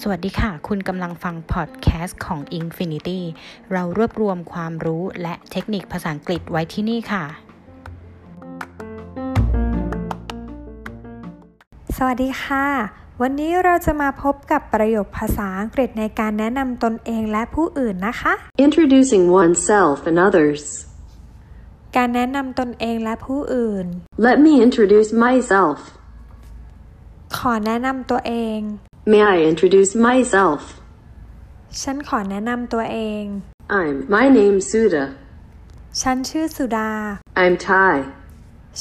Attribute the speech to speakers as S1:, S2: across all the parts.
S1: สวัสดีค่ะ คุณกำลังฟังพอดแคสต์ของ Infinity เรารวบรวมความรู้และเทคนิคภาษาอังกฤษไว้ที่นี่ค่ะ
S2: สวัสดีค่ะ วันนี้เราจะมาพบกับประโยคภาษาอังกฤษในการแนะนำตนเองและผู้อื่นนะคะ
S3: Introducing oneself and others.
S2: การแนะนำตนเองและผู้อื่น
S3: Let me introduce myself.
S2: ขอแนะนำตัวเอง
S3: May I introduce myself?
S2: ฉันขอแนะนำตัวเอง
S3: I'm my name's Suda.
S2: ฉันชื่อสุดา
S3: I'm Thai.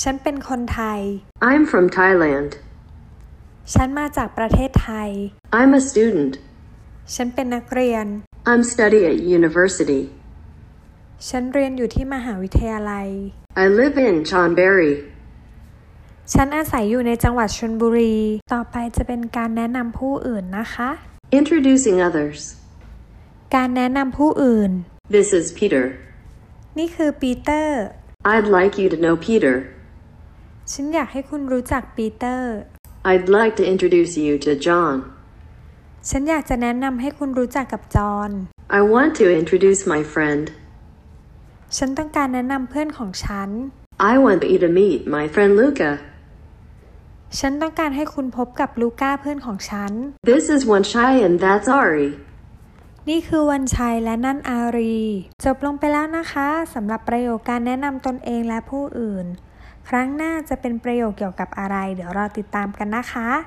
S2: ฉันเป็นคนไทย
S3: I'm from Thailand.
S2: ฉันมาจากประเทศไทย
S3: I'm a student.
S2: ฉันเป็นนักเรียน
S3: I'm study at university.
S2: ฉันเรียนอยู่ที่มหาวิทยาลัย
S3: I live in Chonburi.
S2: ฉันอาศัยอยู่ในจังหวัดชลบุรี ต่อไปจะเป็นการแนะนำผู้อื่นนะคะ
S3: Introducing others.
S2: การแนะนำผู้อื่น
S3: This is Peter.
S2: นี่คือปีเตอร์
S3: I'd like you to know Peter.
S2: ฉันอยากให้คุณรู้จักปีเตอร์
S3: I'd like to introduce you to John.
S2: ฉันอยากจะแนะนำให้คุณรู้จักกับจอห์น
S3: I want to introduce my friend.
S2: ฉันต้องการแนะนำเพื่อนของฉัน
S3: I want you to meet my friend Luca.
S2: ฉันต้องการให้คุณพบกับลูก้าเพื่อนของฉัน
S3: This is one shy and that's Ari.
S2: นี่คือวันชัยและนั่นอารี จบลงไปแล้วนะคะสำหรับประโยคการแนะนำตนเองและผู้อื่น ครั้งหน้าจะเป็นประโยคเกี่ยวกับอะไร เดี๋ยวรอติดตามกันนะคะ